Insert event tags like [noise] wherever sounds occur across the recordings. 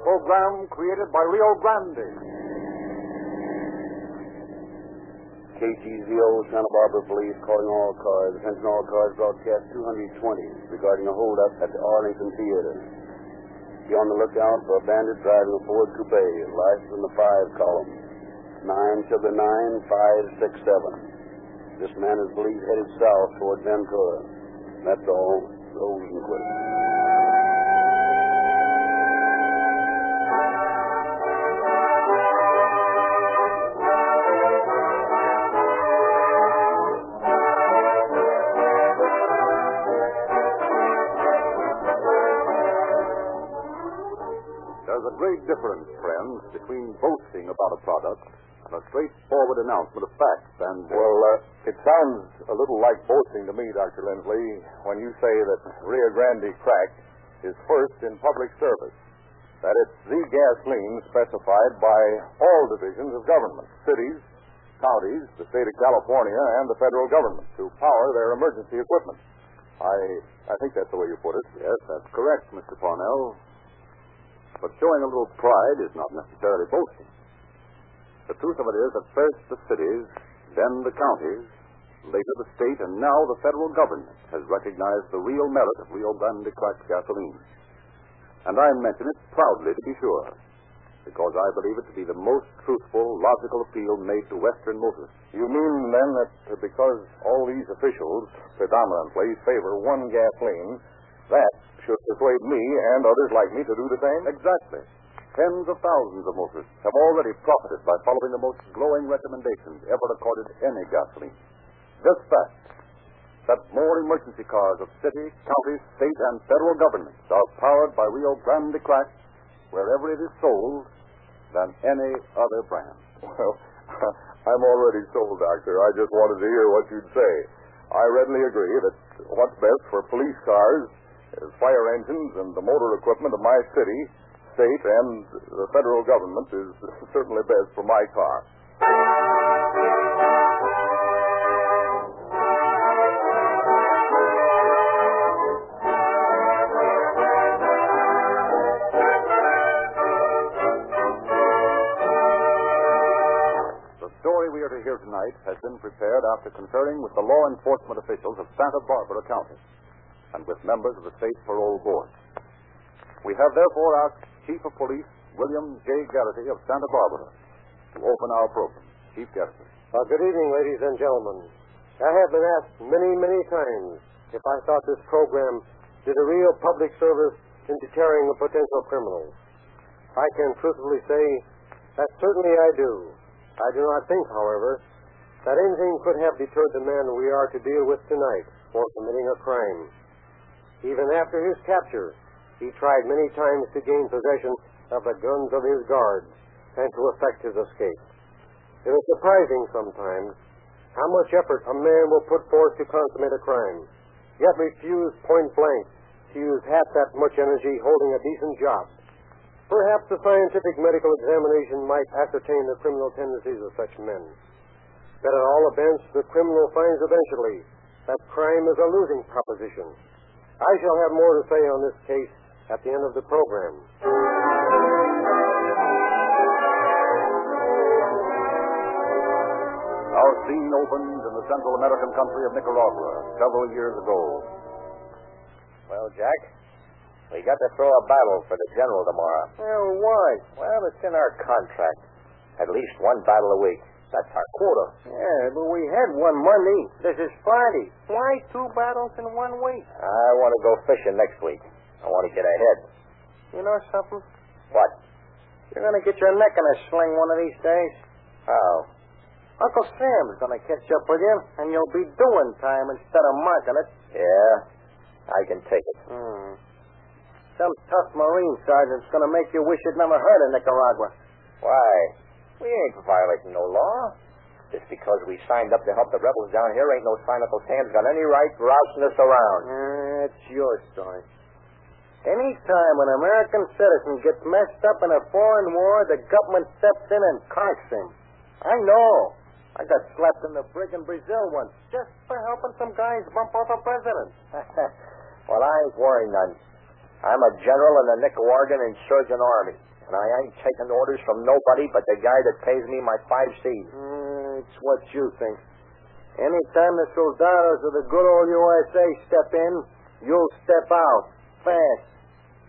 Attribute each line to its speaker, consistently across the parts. Speaker 1: program created by Rio Grande.
Speaker 2: KGZO, Santa Barbara Police, calling all cars. Attention all cars, broadcast 220 regarding a holdup at the Arlington Theater. Be on the lookout for a bandit driving a Ford coupe, license in the 5 column. 9 to the 9567. This man is believed headed south toward Ventura. That's all. Rolls and quits.
Speaker 1: There's a great difference, friends, between boasting about a product and a straightforward announcement of facts and.
Speaker 3: Well, uh, it sounds a little like boasting to me, Dr. Lindley, when you say that Rio Grande Crack is first in public service. That it's the gasoline specified by all divisions of government, cities, counties, the state of California, and the federal government to power their emergency equipment. I, I think that's the way you put it.
Speaker 1: Yes, that's correct, Mr. Parnell. But showing a little pride is not necessarily boasting. The truth of it is that first the cities, then the counties, later the state, and now the federal government has recognized the real merit of Rio Grande cracked gasoline. And I mention it proudly, to be sure, because I believe it to be the most truthful, logical appeal made to Western motorists.
Speaker 3: You mean then that uh, because all these officials predominantly favor one gasoline, that should persuade me and others like me to do the same?
Speaker 1: Exactly. Tens of thousands of motorists have already profited by following the most glowing recommendations ever accorded to any gasoline. This fact that more emergency cars of city, county, state, and federal governments are powered by Rio Grande Crack wherever it is sold than any other brand.
Speaker 3: Well, [laughs] I'm already sold, Doctor. I just wanted to hear what you'd say. I readily agree that what's best for police cars is fire engines and the motor equipment of my city, state, and the federal government is [laughs] certainly best for my car.
Speaker 1: The story we are to hear tonight has been prepared after conferring with the law enforcement officials of Santa Barbara County and with members of the State Parole Board. We have therefore asked Chief of Police William J. Garrity of Santa Barbara to open our program. Chief Garrity.
Speaker 4: Uh, good evening, ladies and gentlemen. I have been asked many, many times if I thought this program did a real public service in deterring a potential criminal. I can truthfully say that certainly I do. I do not think, however, that anything could have deterred the man we are to deal with tonight for committing a crime. Even after his capture, he tried many times to gain possession of the guns of his guards and to effect his escape. It is surprising sometimes how much effort a man will put forth to consummate a crime, yet refuse point blank to use half that much energy holding a decent job. Perhaps a scientific medical examination might ascertain the criminal tendencies of such men. But at all events, the criminal finds eventually that crime is a losing proposition. I shall have more to say on this case at the end of the program.
Speaker 1: Our scene opened in the Central American country of Nicaragua several years ago.
Speaker 5: Well, Jack, we got to throw a battle for the general tomorrow.
Speaker 4: Well, why?
Speaker 5: Well, it's in our contract. At least one battle a week. That's our quota.
Speaker 6: Yeah, but we had one Monday. This is Friday. Why two battles in one week?
Speaker 5: I want to go fishing next week. I want to get ahead.
Speaker 6: You know something?
Speaker 5: What?
Speaker 6: You're going to get your neck in a sling one of these days.
Speaker 5: Oh.
Speaker 6: Uncle Sam's going to catch up with you, and you'll be doing time instead of marking it.
Speaker 5: Yeah. I can take it.
Speaker 6: Hmm. Some tough Marine sergeant's going to make you wish you'd never heard of Nicaragua.
Speaker 5: Why? We ain't violating no law. Just because we signed up to help the rebels down here ain't no sign that those hands got any right rousing us around.
Speaker 6: That's your story. Any time an American citizen gets messed up in a foreign war, the government steps in and conks him. I know. I got slapped in the brig in Brazil once just for helping some guys bump off a president.
Speaker 5: well, I ain't worrying none. I'm a general in the Nicaraguan insurgent army.
Speaker 1: And I ain't taking orders from nobody but the guy that pays me my five C's.
Speaker 4: Mm, it's what you think. Anytime the soldados of the good old USA step in, you'll step out. Fast.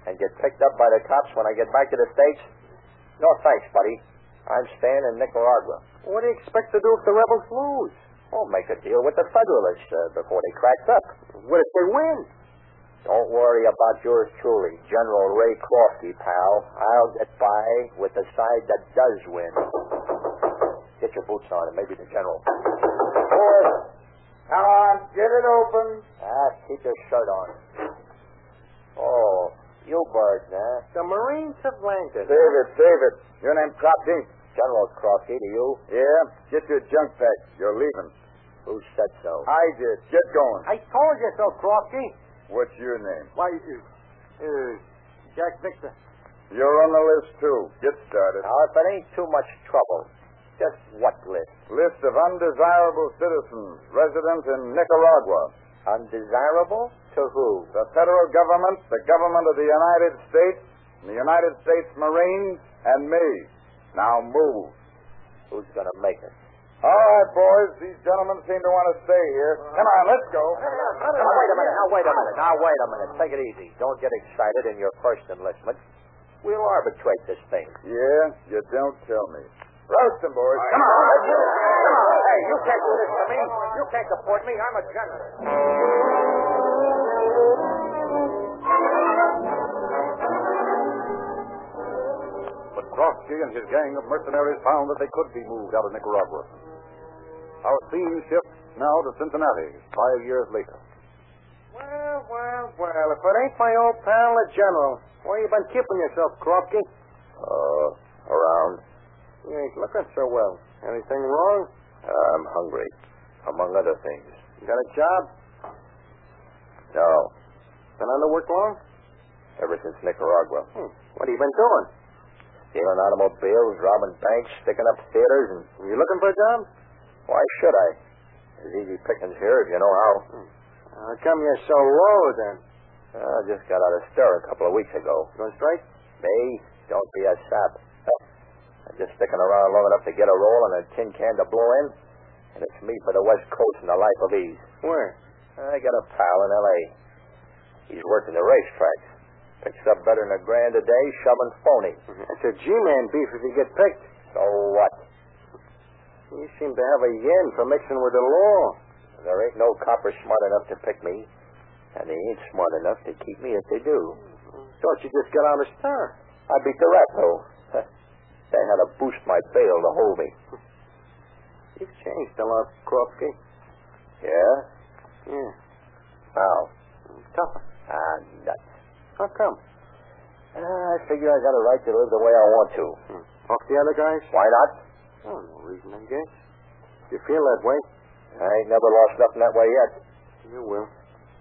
Speaker 1: And get picked up by the cops when I get back to the States? No thanks, buddy. I'm staying in Nicaragua.
Speaker 4: What do you expect to do if the rebels lose?
Speaker 1: I'll make a deal with the Federalists uh, before they crack up.
Speaker 4: What if they win?
Speaker 1: Don't worry about yours truly, General Ray Crofty, pal. I'll get by with the side that does win. Get your boots on, and maybe the general.
Speaker 7: Boys, come on, get it open.
Speaker 1: Ah, keep your shirt on. Oh, you birds, eh?
Speaker 4: The Marines have landed.
Speaker 7: Save it, save it. Your name Crofty?
Speaker 1: General Crofty, to you?
Speaker 7: Yeah? Get your junk back. You're leaving.
Speaker 1: Who said so?
Speaker 7: I did. Get going.
Speaker 4: I told you so, Crofty.
Speaker 7: What's your name?
Speaker 4: Why, uh, uh, Jack Victor.
Speaker 7: You're on the list, too. Get started.
Speaker 1: Now, if it ain't too much trouble, just what list?
Speaker 7: List of undesirable citizens resident in Nicaragua.
Speaker 1: Undesirable? To who?
Speaker 7: The federal government, the government of the United States, the United States Marines, and me. Now move.
Speaker 1: Who's gonna make it?
Speaker 7: All right, boys. These gentlemen seem to want to stay here. Come on, let's go.
Speaker 1: Now, wait a minute. Now, wait a minute. Now, wait a minute. Take it easy. Don't get excited in your first enlistment. We'll arbitrate this thing.
Speaker 7: Yeah, you don't tell me. Roast them, boys.
Speaker 1: Come on. Let's do it. Come on. Hey, you can't do this to me. You can't deport me. I'm a general.
Speaker 8: But Krosky and his gang of mercenaries found that they could be moved out of Nicaragua. Our scene shifts now to Cincinnati, five years later.
Speaker 4: Well, well, well, if it ain't my old pal, the General. Where you been keeping yourself, Krofke?
Speaker 9: Uh, around.
Speaker 4: You ain't looking so well. Anything wrong?
Speaker 9: I'm hungry, among other things.
Speaker 4: You got a job?
Speaker 9: No,
Speaker 4: Been out of work long?
Speaker 9: ever since Nicaragua.
Speaker 4: Hmm. What have you been doing?
Speaker 9: Stealing automobiles, robbing banks, sticking up theaters, and
Speaker 4: You looking for a job?
Speaker 9: why should I? It's easy pickings here if you know how.
Speaker 4: How come you're so low then?
Speaker 9: I just got out of stir a couple of weeks ago.
Speaker 4: You going strike?
Speaker 9: Me? Don't be a sap. Huh. I'm just sticking around long enough to get a roll and a tin can to blow in, and it's me for the West Coast and a life of ease.
Speaker 4: Where?
Speaker 9: I got a pal in L.A. He's working the racetrack. Picks up better than a grand a day shoving phony.
Speaker 4: That's a G-man beef if you get picked.
Speaker 9: So what?
Speaker 4: You seem to have a yen for mixing with the law.
Speaker 9: There ain't no copper smart enough to pick me, and they ain't smart enough to keep me if they do.
Speaker 4: Don't you just get out of star?
Speaker 9: I'd be direct, though. [laughs] they had to boost my bail to hold me.
Speaker 4: You've changed a lot, Krofke.
Speaker 9: Yeah?
Speaker 4: Yeah,
Speaker 9: How?
Speaker 4: tougher.
Speaker 9: Ah, nuts.
Speaker 4: How come?
Speaker 9: Ah, I figure I got a right to live the way I want to.
Speaker 4: Off Hmm. the other guys?
Speaker 9: Why not?
Speaker 4: Oh, no reason, I guess. You feel that way?
Speaker 9: I ain't never lost nothing that way yet.
Speaker 4: You will.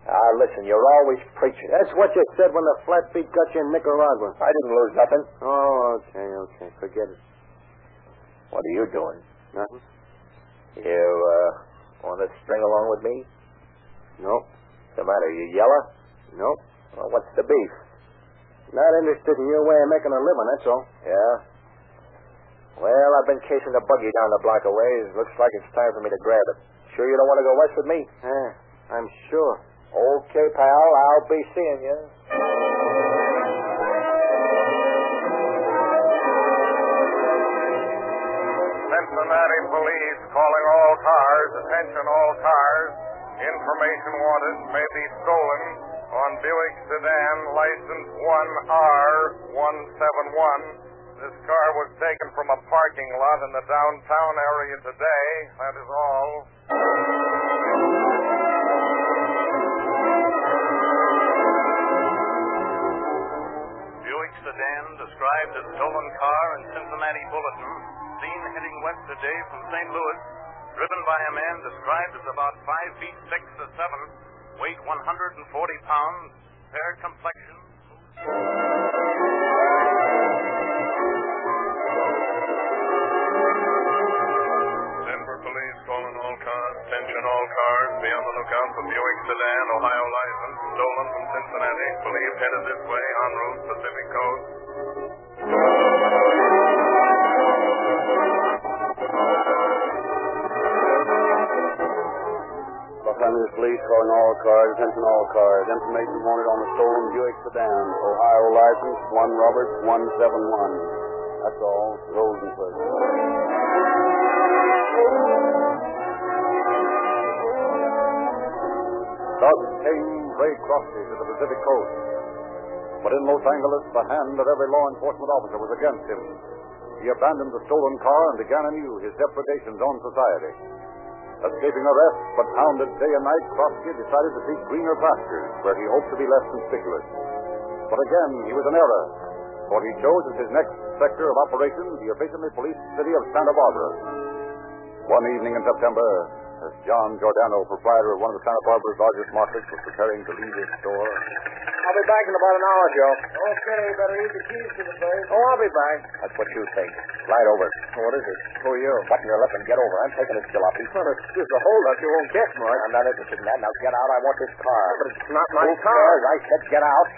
Speaker 9: Ah, listen, you're always preaching.
Speaker 4: That's what you said when the flatbeat got you in Nicaragua.
Speaker 9: I didn't lose nothing.
Speaker 4: Oh, okay, okay. Forget it.
Speaker 9: What are you doing?
Speaker 4: Nothing?
Speaker 9: You, uh, want to string along with me?
Speaker 4: Nope.
Speaker 9: What's the matter? You yeller?
Speaker 4: Nope.
Speaker 9: Well, what's the beef?
Speaker 4: Not interested in your way of making a living, that's all.
Speaker 9: Yeah? Well, I've been chasing the buggy down the block a ways. Looks like it's time for me to grab it. Sure you don't want to go west with me?
Speaker 4: Yeah, I'm sure.
Speaker 9: Okay, pal. I'll be seeing you.
Speaker 10: Cincinnati police calling all cars. Attention all cars. Information wanted may be stolen on Buick sedan license 1R171. This car was taken from a parking lot in the downtown area today. That is all.
Speaker 11: Buick sedan described as stolen car in Cincinnati Bulletin, seen heading west today from St. Louis, driven by a man described as about 5 feet 6 or 7, weight 140 pounds, fair complexion.
Speaker 10: Denver police calling all cars. Attention all cars. Be on the lookout for Buick sedan, Ohio license, stolen from Cincinnati. Believed headed this way on route Pacific Coast.
Speaker 12: Police calling all cars, attention all cars. Information wanted on the stolen Buick sedan. Ohio license, 1 Roberts, 171. That's all. Rolls and pleasure.
Speaker 1: Thus came Ray Crosby to the Pacific coast. But in Los Angeles, the hand of every law enforcement officer was against him. He abandoned the stolen car and began anew his depredations on society. Escaping arrest, but hounded day and night, Crosby decided to seek greener pastures where he hoped to be less conspicuous. But again, he was in error, for he chose as his next sector of operations the efficiently policed city of Santa Barbara. One evening in September, as John Giordano, proprietor of one of the Santa Barbara's largest markets, was preparing to leave his store.
Speaker 9: I'll be back in about an hour, Joe.
Speaker 13: Okay, better leave the keys to the place.
Speaker 9: Oh, I'll be back. That's what you think. Slide over.
Speaker 13: What is it?
Speaker 9: Who are you? Button your lip and get over. I'm taking this jalopy.
Speaker 13: Well, it's just a holdup. You won't get much.
Speaker 9: I'm not interested in that. Now get out. I want this car.
Speaker 13: But it's not my
Speaker 9: Who
Speaker 13: car.
Speaker 9: cares? I said get out.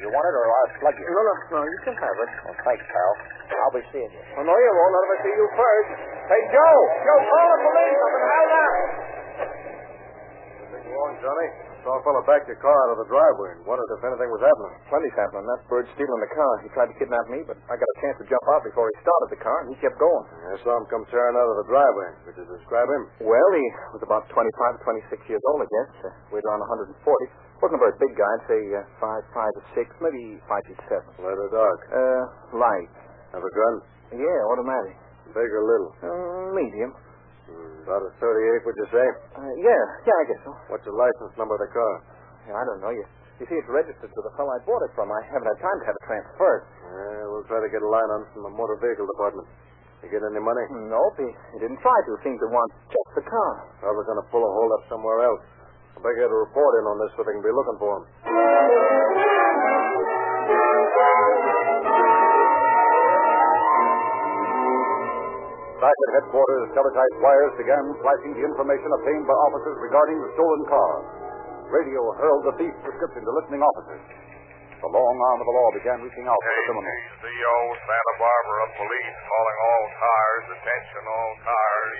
Speaker 9: You want it or I'll slug you?
Speaker 13: No, no, no. You can have it.
Speaker 9: Well, thanks, pal. I'll be seeing you.
Speaker 13: Oh, no, you won't. Let me see you first. Hey, Joe! Joe, call the police. I'm in hell now.
Speaker 4: Take along, Johnny. Saw a fellow back your car out of the driveway and wondered if anything was happening.
Speaker 14: Plenty's happening. That bird's stealing the car. He tried to kidnap me, but I got a chance to jump out before he started the car, and he kept going.
Speaker 4: I saw him come tearing out of the driveway. Could you describe him?
Speaker 14: Well, he was about 25 26 years old, I guess. Uh, weighed around 140. Wasn't a very big guy. I'd say uh, five, five or 6, maybe 5 feet 7.
Speaker 4: Light or dark?
Speaker 14: Uh, light.
Speaker 4: Have a gun?
Speaker 14: Yeah, automatic.
Speaker 4: Big or little?
Speaker 14: Uh, medium.
Speaker 4: Mm, about a 38, would you say?
Speaker 14: Uh, yeah, yeah, I guess so.
Speaker 4: What's the license number of the car?
Speaker 14: Yeah, I don't know. You, you see, it's registered to the fellow I bought it from. I haven't had time to have it transferred. [clears throat]
Speaker 4: Uh, we'll try to get a line on it from the motor vehicle department. You get any money?
Speaker 14: Nope, he, he didn't try to. Seemed to want just the car.
Speaker 4: Probably going to pull a hold up somewhere else. I better get a report in on this so they can be looking for him.
Speaker 1: Back at headquarters, teletype wires began flashing the information obtained by officers regarding the stolen car. Radio hurled the thief's description to listening officers. The long arm of the law began reaching out to the criminal.
Speaker 11: KCO Santa Barbara Police calling all cars. Attention all cars.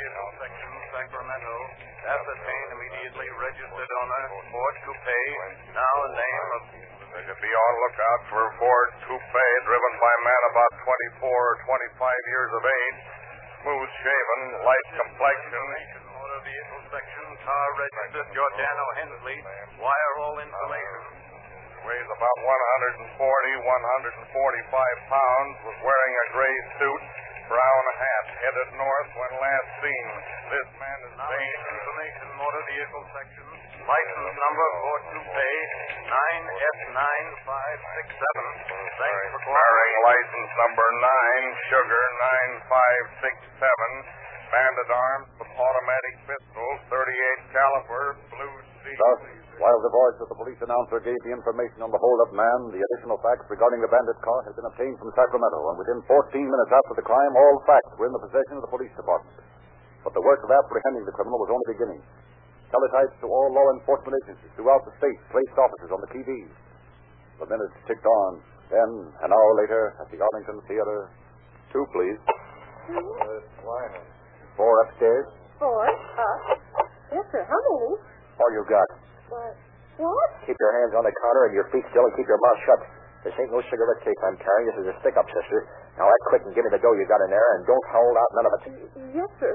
Speaker 15: Section Sacramento. Ascertain immediately registered owner, Ford Coupe, now in name of...
Speaker 11: They should be on lookout for a Ford Coupe driven by a man about 24 or 25 years of age. Smooth shaven, light complexion.
Speaker 15: Motor vehicle section, car registered, Giordano Hensley. Wire all
Speaker 11: Uh,
Speaker 15: information.
Speaker 11: Weighs about 140, 145 pounds. Was wearing a gray suit, brown hat. Headed north when last seen. This man is
Speaker 15: Now
Speaker 11: named
Speaker 15: information, motor vehicle section. License number Ford Coupe 9S9567. Thanks for
Speaker 11: bearing
Speaker 15: calling.
Speaker 11: license number nine, sugar nine five six seven. Banded arms with automatic pistol, 38 caliber, blue steel.
Speaker 1: Thus, while the voice of the police announcer gave the information on the holdup man, the additional facts regarding the bandit car had been obtained from Sacramento, and within 14 minutes after the crime, all facts were in the possession of the police department. But the work of apprehending the criminal was only beginning. Teletypes to all law enforcement agencies throughout the state placed officers on the TVs. The minutes ticked on. Then, an hour later, at the Arlington Theater, two, please. Four upstairs.
Speaker 16: Four up. Yes, sir. How many?
Speaker 9: All you got.
Speaker 13: Uh,
Speaker 16: Why, what?
Speaker 9: Keep your hands on the counter and your feet still and keep your mouth shut. This ain't no cigarette case I'm carrying. This is a stick-up, sister. Now act quick and give me the dough you got in there and don't hold out none of it.
Speaker 16: Yes, sir.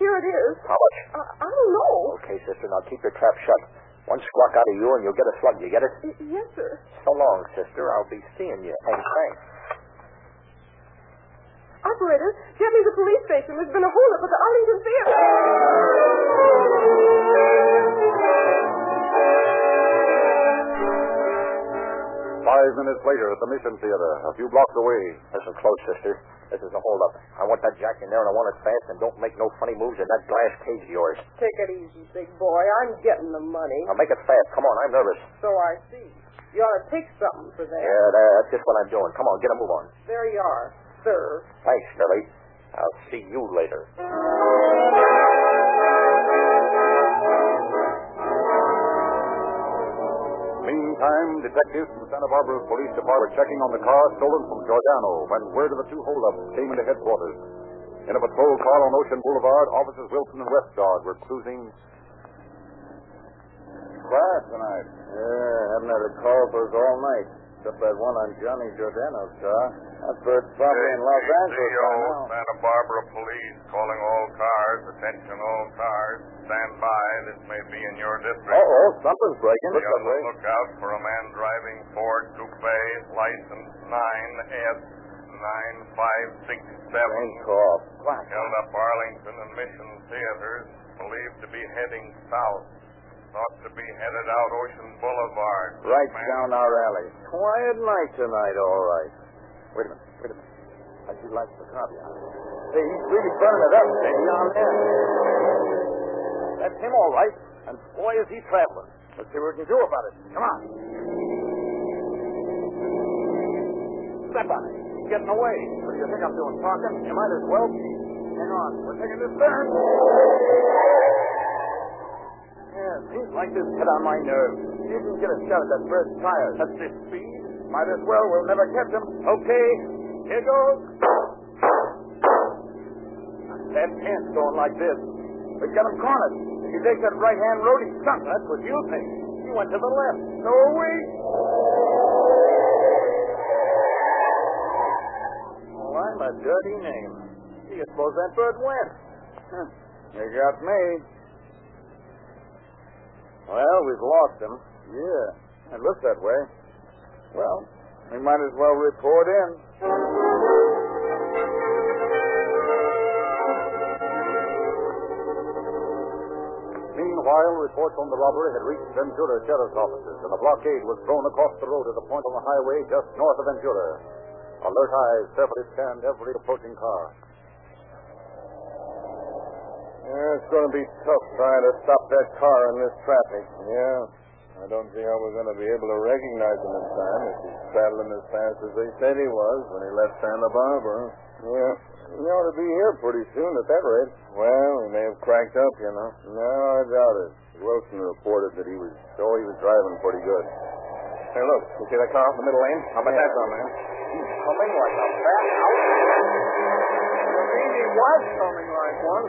Speaker 16: Here it is.
Speaker 9: How much?
Speaker 16: I,
Speaker 13: Uh,
Speaker 16: I don't know.
Speaker 9: Okay, sister, now keep your trap shut. One squawk out of you and you'll get a slug. You get it?
Speaker 16: Y- yes, sir.
Speaker 9: So long, sister. I'll be seeing you. And thanks.
Speaker 16: Operator, get me the police station. There's been a holdup at the Arlington Theater.
Speaker 1: Five minutes later, at the Mission Theater, a few blocks away,
Speaker 9: Listen close, sister. This is a holdup. I want that jack in there and I want it fast and don't make no funny moves in that glass cage of yours.
Speaker 13: Take it easy, big boy. I'm getting the money.
Speaker 9: Now make it fast. Come on, I'm nervous.
Speaker 13: So I see. You ought to take something for that.
Speaker 9: Yeah, that- that's just what I'm doing. Come on, get a move on.
Speaker 13: There you are, sir.
Speaker 9: Thanks, Billy. I'll see you later.
Speaker 1: Meantime, detectives from Santa Barbara Police Department were checking on the car stolen from Giordano when word of the two holdups came into headquarters. In a patrol car on Ocean Boulevard, officers Wilson and Westgard were cruising.
Speaker 17: quiet tonight.
Speaker 2: Yeah, haven't had a call for us all night. Except that one on Johnny Giordano's car. That's where it's probably in Los Angeles
Speaker 11: CEO,
Speaker 2: by now.
Speaker 11: Santa Barbara Police calling all cars. Attention all cars. Stand by. This may be in your district.
Speaker 1: Uh-oh, something's breaking.
Speaker 11: Be on the lookout for a man driving Ford Coupe, license 9S9567.
Speaker 2: Cough.
Speaker 11: Held up Arlington and Mission Theaters, believed to be heading south. Thought to be headed out Ocean Boulevard.
Speaker 2: Right down
Speaker 11: Man
Speaker 2: our alley. Quiet night tonight, all right.
Speaker 9: Wait a minute. Wait a minute. I do like the copy.
Speaker 2: Hey, he's really burning it up, Maybe down there.
Speaker 6: That's him, all right. And boy, is he traveling. Let's see what we can do about it. Come on. Step on it. He's getting away. What do you think I'm doing, Parker? You might as well be. Hang on. We're taking this turn. Yeah, seems like this hit on my nerves. You can get a shot at that first tire. At this speed? Might as well. We'll never catch him. Okay. Here goes. That chance going like this. We've got him cornered. If he takes that right-hand road, he's sunk. That's what you think. He went to the left. So we. Oh,
Speaker 18: Well, I'm a dirty name. Do you suppose that bird
Speaker 6: [laughs]
Speaker 18: went? Huh. You got me.
Speaker 2: Well, we've lost him.
Speaker 18: Yeah, it looks that way. Well, we might as well report in.
Speaker 2: Meanwhile, reports on the robbery had reached Ventura sheriff's offices, and a blockade was thrown across the road at a point on the highway just north of Ventura. Alert eyes carefully scanned every approaching car.
Speaker 1: Yeah, it's going to be tough trying to stop that car in this traffic. Yeah. I don't see how we're going to be able to recognize him in time if he's traveling as fast as they said he was when he left Santa Barbara. Yeah. He ought to be here pretty soon at that rate. Well, he may have cracked up, you know. No, I doubt it. Wilson reported that he was, oh, he was driving pretty good. Hey, look, you see that car off the middle lane? How about that, man?
Speaker 19: Coming like a fat house. You mean he was coming like one?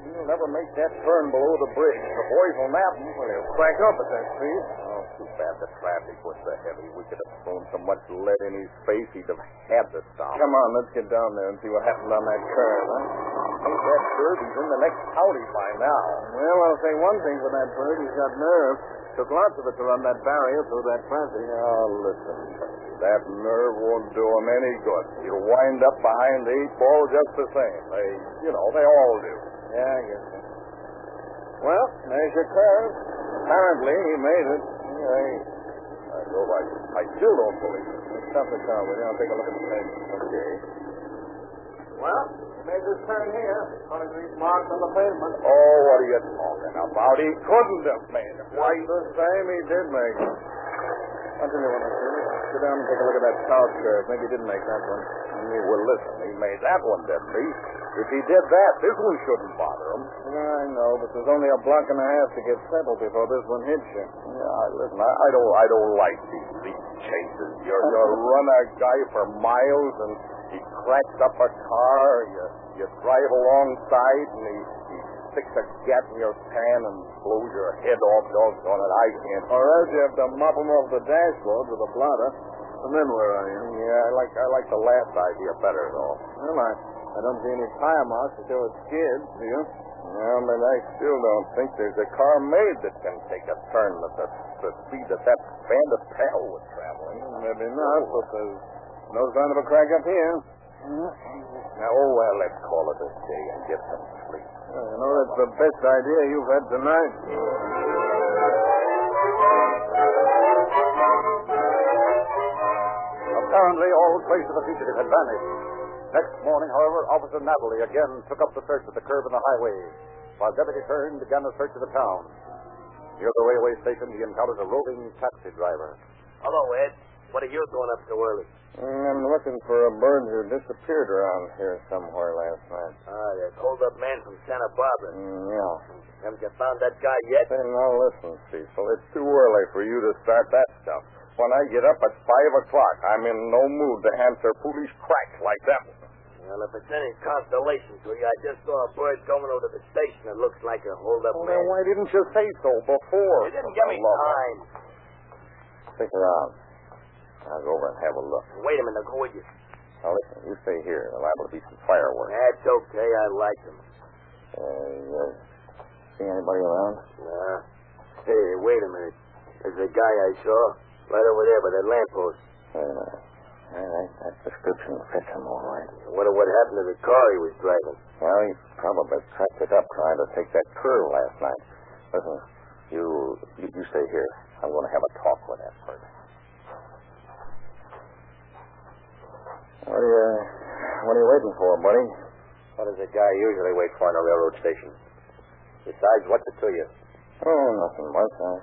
Speaker 2: He'll never make that turn below the bridge. The boys will nab him when he'll crank up at that speed.
Speaker 20: Oh, too bad the traffic was so heavy. We could have thrown so much lead in his face, he'd have had to stop.
Speaker 1: Come on, let's get down there and see what happened on that curve, huh?
Speaker 2: Ain't that bird? He's in the next county by now.
Speaker 1: Well, I'll say one thing for that bird. He's got nerve. Took lots of it to run that barrier through that traffic. Now, listen. That nerve won't do him any good. He'll wind up behind the eight ball just the same. They, you know, they all do.
Speaker 2: Yeah, I guess so.
Speaker 1: Well, there's your curve. Apparently, he made it. Yeah, he- I, go by. I still don't believe it. Let's stop the car. We're going to take a look at the thing. Okay.
Speaker 19: Well, he made this turn here. One of these marks on the pavement.
Speaker 1: Oh, what are you talking about? He couldn't have made it. Why, the same he did make it. I'll tell you what, Mr. Let's Sit down and take a look at that south curve. Maybe he didn't make that one. Yeah, well, listen, he made that one, didn't he? If he did that, this one shouldn't bother him. Yeah, I know, but there's only a block and a half to get settled before this one hits you. Yeah, listen, I, I don't, I don't like these leap chases. You're, you [laughs] run a guy for miles, and he cracks up a car. You, you drive alongside, and he, he sticks a gap in your pan and blows your head off. Doggone it, I can't.
Speaker 2: Or else you have to mop him off the dashboard with a blotter. And then where are you?
Speaker 1: Yeah, I like, I like the last idea better though.
Speaker 2: Well, I, I don't see any tire marks that there were skids, do you?
Speaker 1: Yeah, but I still don't think there's a car made that can take a turn at the, the speed that that band of hell was traveling.
Speaker 2: Maybe not, but there's no sign of a crack up here.
Speaker 1: Mm-hmm. Now, oh well, let's call it a day and get some sleep.
Speaker 2: You know, that's the best idea you've had tonight.
Speaker 18: Apparently, all trace of the fugitive had vanished. Next morning, however, Officer Natalie again took up the search of the curve and the highway, while Deputy Hearn began a search of the town. Near the railway station, he encountered a roving taxi driver.
Speaker 9: Hello, Ed. What are you doing up so early?
Speaker 1: I'm looking for a bird who disappeared around here somewhere last night.
Speaker 9: Ah, that hold-up man from Santa Barbara.
Speaker 1: Mm, yeah.
Speaker 9: Haven't you found that guy yet?
Speaker 1: Hey, now listen, Cecil, it's too early for you to start that stuff. When I get up at five o'clock, I'm in no mood to answer foolish cracks like that one.
Speaker 9: Ah, Well, if it's any consolation to you, I just saw a bird coming over to the station that looks like a holdup
Speaker 21: Well,
Speaker 9: man.
Speaker 21: now, why didn't you say so before?
Speaker 9: You didn't give me time.
Speaker 4: Stick around. I'll go over and have a look.
Speaker 9: Wait a minute, I'll go with you.
Speaker 4: Now, listen, you stay here. There's liable to be some fireworks.
Speaker 9: That's okay, I like them.
Speaker 4: Uh, you see anybody around?
Speaker 9: Nah. Hey, wait a minute. There's a guy I saw right over there by that lamppost.
Speaker 4: Wait a minute. Uh, All right, that description fits him all right.
Speaker 9: I wonder what happened to the car he was driving.
Speaker 4: Well, he probably cracked it up trying to take that curve last night. Listen, you you, you stay here. I'm going to have a talk with that bird. What are you, what are you waiting for, buddy?
Speaker 9: What does a guy usually wait for in a railroad station? Besides, what's it to you?
Speaker 4: Oh, nothing much. I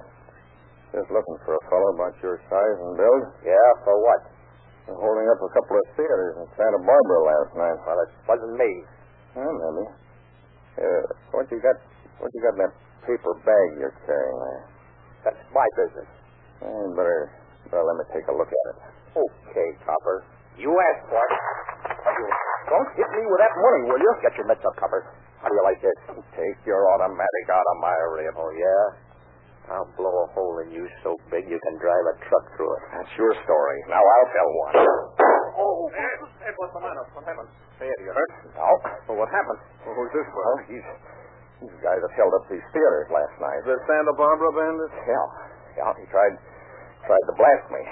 Speaker 4: just looking for a fellow about your size and build.
Speaker 9: Yeah, for what?
Speaker 4: Been holding up a couple of theaters in Santa Barbara last night.
Speaker 9: Well, it wasn't me.
Speaker 4: Well, maybe. Uh, what you got? What you got in that paper bag you're carrying there?
Speaker 9: That's my business.
Speaker 4: Hey, Mm, better, better let me take a look at it.
Speaker 9: Okay, Copper. You asked for it. Don't hit me with that money, will you? Get your mitts up, Copper. How do you like this?
Speaker 4: Take your automatic out of my rib.
Speaker 9: Oh, yeah? I'll blow a hole in you so big you can drive a truck through it.
Speaker 4: That's your story. Now I'll tell one.
Speaker 22: Oh, hey, what's the matter? What happened?
Speaker 11: Hey, you hurt?
Speaker 4: No.
Speaker 11: Well, what happened? Well, who's this one?
Speaker 4: Well, he's he's the guy that held up these theaters last night.
Speaker 11: The Santa Barbara bandit?
Speaker 4: Yeah, yeah. He tried tried to blast me.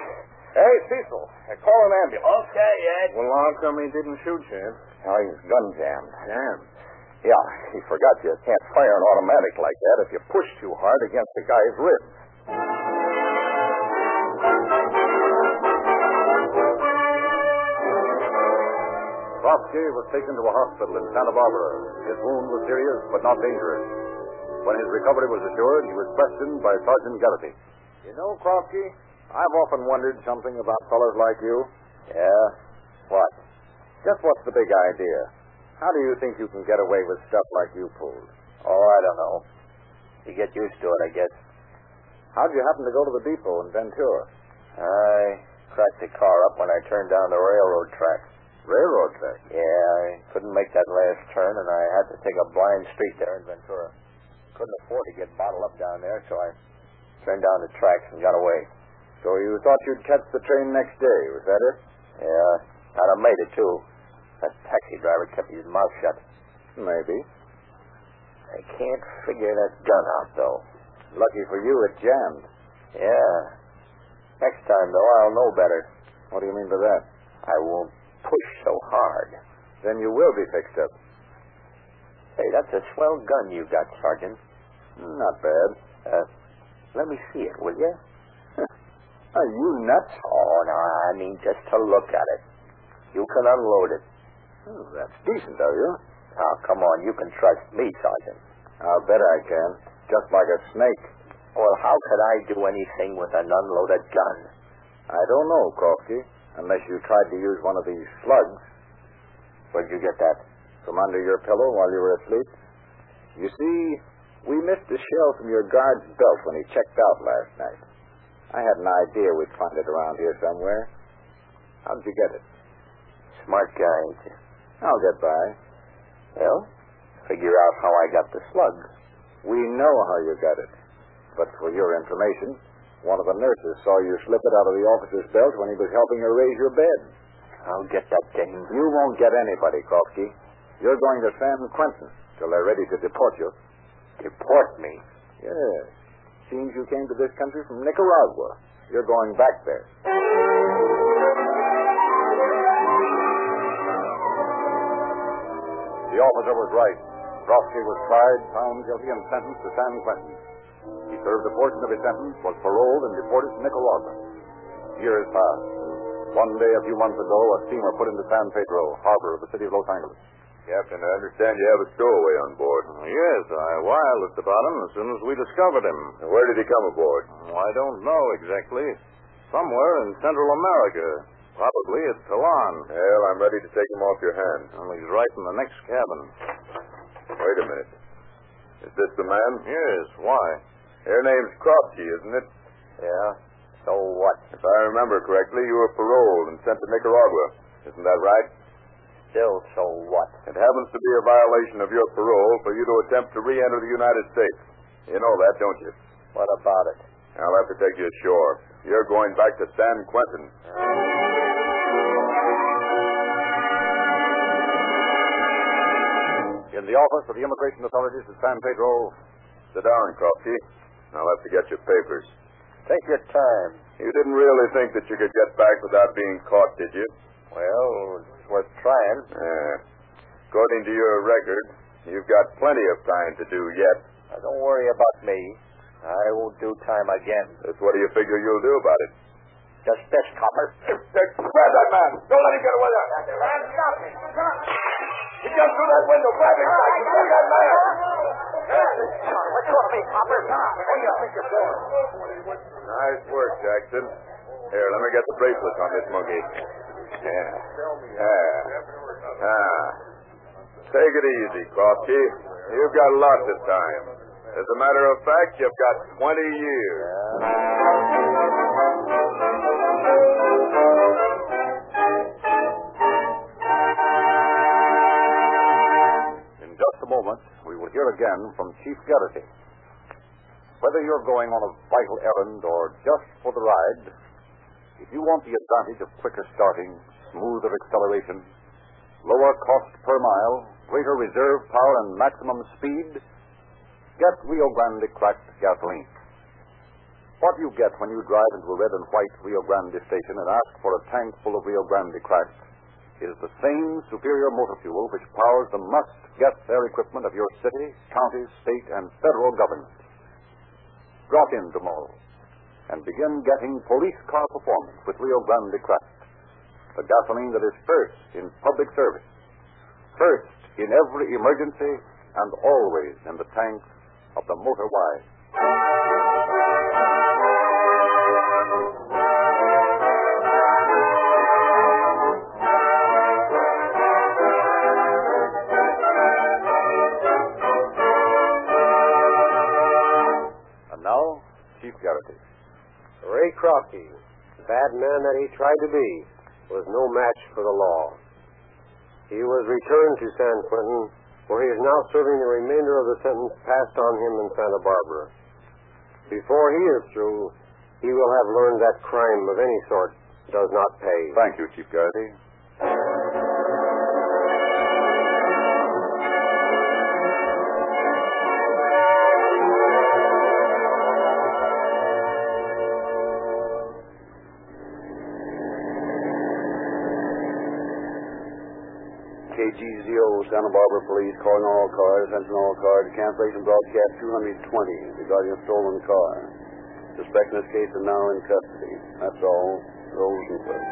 Speaker 11: Hey, Cecil, call an ambulance.
Speaker 9: Okay, Ed.
Speaker 11: Well, how come he didn't shoot you?
Speaker 4: Now he's gun jammed.
Speaker 11: Damn.
Speaker 4: Yeah, he forgot you can't fire an automatic like that if you push too hard against the guy's ribs.
Speaker 1: Brodsky was taken to a hospital in Santa Barbara. His wound was serious, but not dangerous. When his recovery was assured, he was questioned by Sergeant Gallaty. You know, Krofsky, I've often wondered something about fellows like you.
Speaker 9: Yeah? What?
Speaker 1: Just what's the big idea? How do you think you can get away with stuff like you pulled?
Speaker 9: Oh, I don't know. You get used to it, I guess.
Speaker 1: How'd you happen to go to the depot in Ventura?
Speaker 9: I cracked the car up when I turned down the railroad track.
Speaker 1: Railroad track.
Speaker 9: Yeah, I couldn't make that last turn, and I had to take a blind street there in Ventura. Couldn't afford to get bottled up down there, so I turned down the tracks and got away.
Speaker 1: So you thought you'd catch the train next day, was that it?
Speaker 9: Yeah, I'd have made it, too. That taxi driver kept his mouth shut.
Speaker 1: Maybe.
Speaker 9: I can't figure that gun out, though.
Speaker 1: Lucky for you, it jammed.
Speaker 9: Yeah. Next time, though, I'll know better.
Speaker 1: What do you mean by that?
Speaker 9: I won't push so hard.
Speaker 1: Then you will be fixed up.
Speaker 9: Hey, that's a swell gun you got, Sergeant.
Speaker 1: Not bad.
Speaker 9: Uh, let me see it, [laughs] will you?
Speaker 1: Are you nuts?
Speaker 9: Oh, no, I mean just to look at it. You can unload it.
Speaker 1: Oh, that's decent of you. Ah,
Speaker 9: Now, come on, you can trust me, Sergeant.
Speaker 1: I'll Ah, bet I can. Just like a snake.
Speaker 9: Well, how could I do anything with an unloaded gun?
Speaker 1: I don't know, Krofsky, unless you tried to use one of these slugs
Speaker 9: Where'd you get that?
Speaker 1: from under your pillow while you were asleep. You see, we missed a shell from your guard's belt when he checked out last night. I had an idea we'd find it around here somewhere. How'd you get it?
Speaker 9: Smart guy, ain't you?
Speaker 1: I'll get by.
Speaker 9: Oh, Well, figure out how I got the slug.
Speaker 1: We know how you got it. But for your information, one of the nurses saw you slip it out of the officer's belt when he was helping her raise your bed.
Speaker 9: I'll get that thing.
Speaker 1: You won't get anybody, Krofsky. You're going to San Quentin till they're ready to deport you.
Speaker 9: Deport me.
Speaker 1: Yes. Seems you came to this country from Nicaragua. You're going back there. The officer was right. Brodsky was tried, found guilty, and sentenced to San Quentin. He served a portion of his sentence, was paroled, and deported to Nicaragua. Years passed. One day, a few months ago, a steamer put into San Pedro, harbor of the city of Los Angeles.
Speaker 23: Captain, I understand you have a stowaway on board. Yes, I wirelessed about him as soon as we discovered him. Where did he come aboard? I don't know exactly. Somewhere in Central America. Probably at Talon. Well, I'm ready to take him off your hands. Well, he's right in the next cabin. Wait a minute. Is this the man? Yes. Why? Your name's Kropke, isn't it?
Speaker 9: Yeah. So what?
Speaker 23: If I remember correctly, you were paroled and sent to Nicaragua. Isn't that right?
Speaker 9: still, so what?
Speaker 11: It happens to be a violation of your parole for you to attempt to re-enter the United States. You know that, don't you?
Speaker 9: What about it?
Speaker 11: I'll have to take you ashore. You're going back to San Quentin.
Speaker 1: In the office of the immigration authorities at San Pedro.
Speaker 11: Sit down, Krofsky. I'll have to get your papers.
Speaker 9: Take your time.
Speaker 11: You didn't really think that you could get back without being caught, did you?
Speaker 9: Well, it's worth trying.
Speaker 11: Yeah. According to your record, you've got plenty of time to do yet.
Speaker 9: Now, don't worry about me. I won't do time again.
Speaker 11: Just what do you figure you'll do about it?
Speaker 9: Just this, copper. [laughs]
Speaker 16: Grab that man. Don't let him get away there. Man, stop him. He jumped through that window. Grab him. Grab that man. What's wrong with me, Copper? What do you think you're doing?
Speaker 11: Nice work, Jackson. Here, let me get the bracelets on this monkey. Yeah. Yeah. Ah. Take it easy, Krofsky. You've got lots of time. As a matter of fact, you've got 20 years.
Speaker 1: In just a moment, we will hear again from Chief Garrity. Whether you're going on a vital errand or just for the ride, if you want the advantage of quicker starting, smoother acceleration, lower cost per mile, greater reserve power, and maximum speed, get Rio Grande cracked gasoline. What you get when you drive into a red and white Rio Grande station and ask for a tank full of Rio Grande cracked is the same superior motor fuel which powers the must get their equipment of your city, county, state, and federal government. Drop in tomorrow and begin getting police car performance with Rio Grande cracked. The gasoline that is first in public service, first in every emergency, and always in the tanks of the motor wise. And now, Chief Garrity.
Speaker 4: Ray Crocky, bad man that he tried to be, was no match for the law. He was returned to San Quentin, where he is now serving the remainder of the sentence passed on him in Santa Barbara. Before he is through, he will have learned that crime of any sort does not pay.
Speaker 11: Thank you, Chief Garrity.
Speaker 24: KGZO, Santa Barbara Police, calling all cars, attention all cars, cancellation broadcast 220 regarding a stolen car. Suspect in this case is now in custody. That's all. Rosenquist.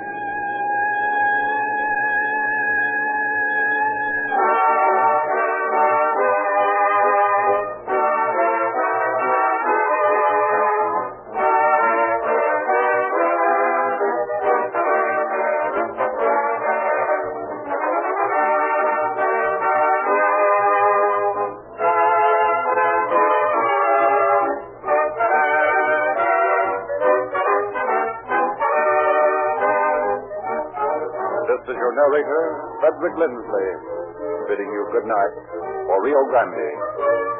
Speaker 1: This is your narrator, Frederick Lindsley, bidding you good night for Rio Grande.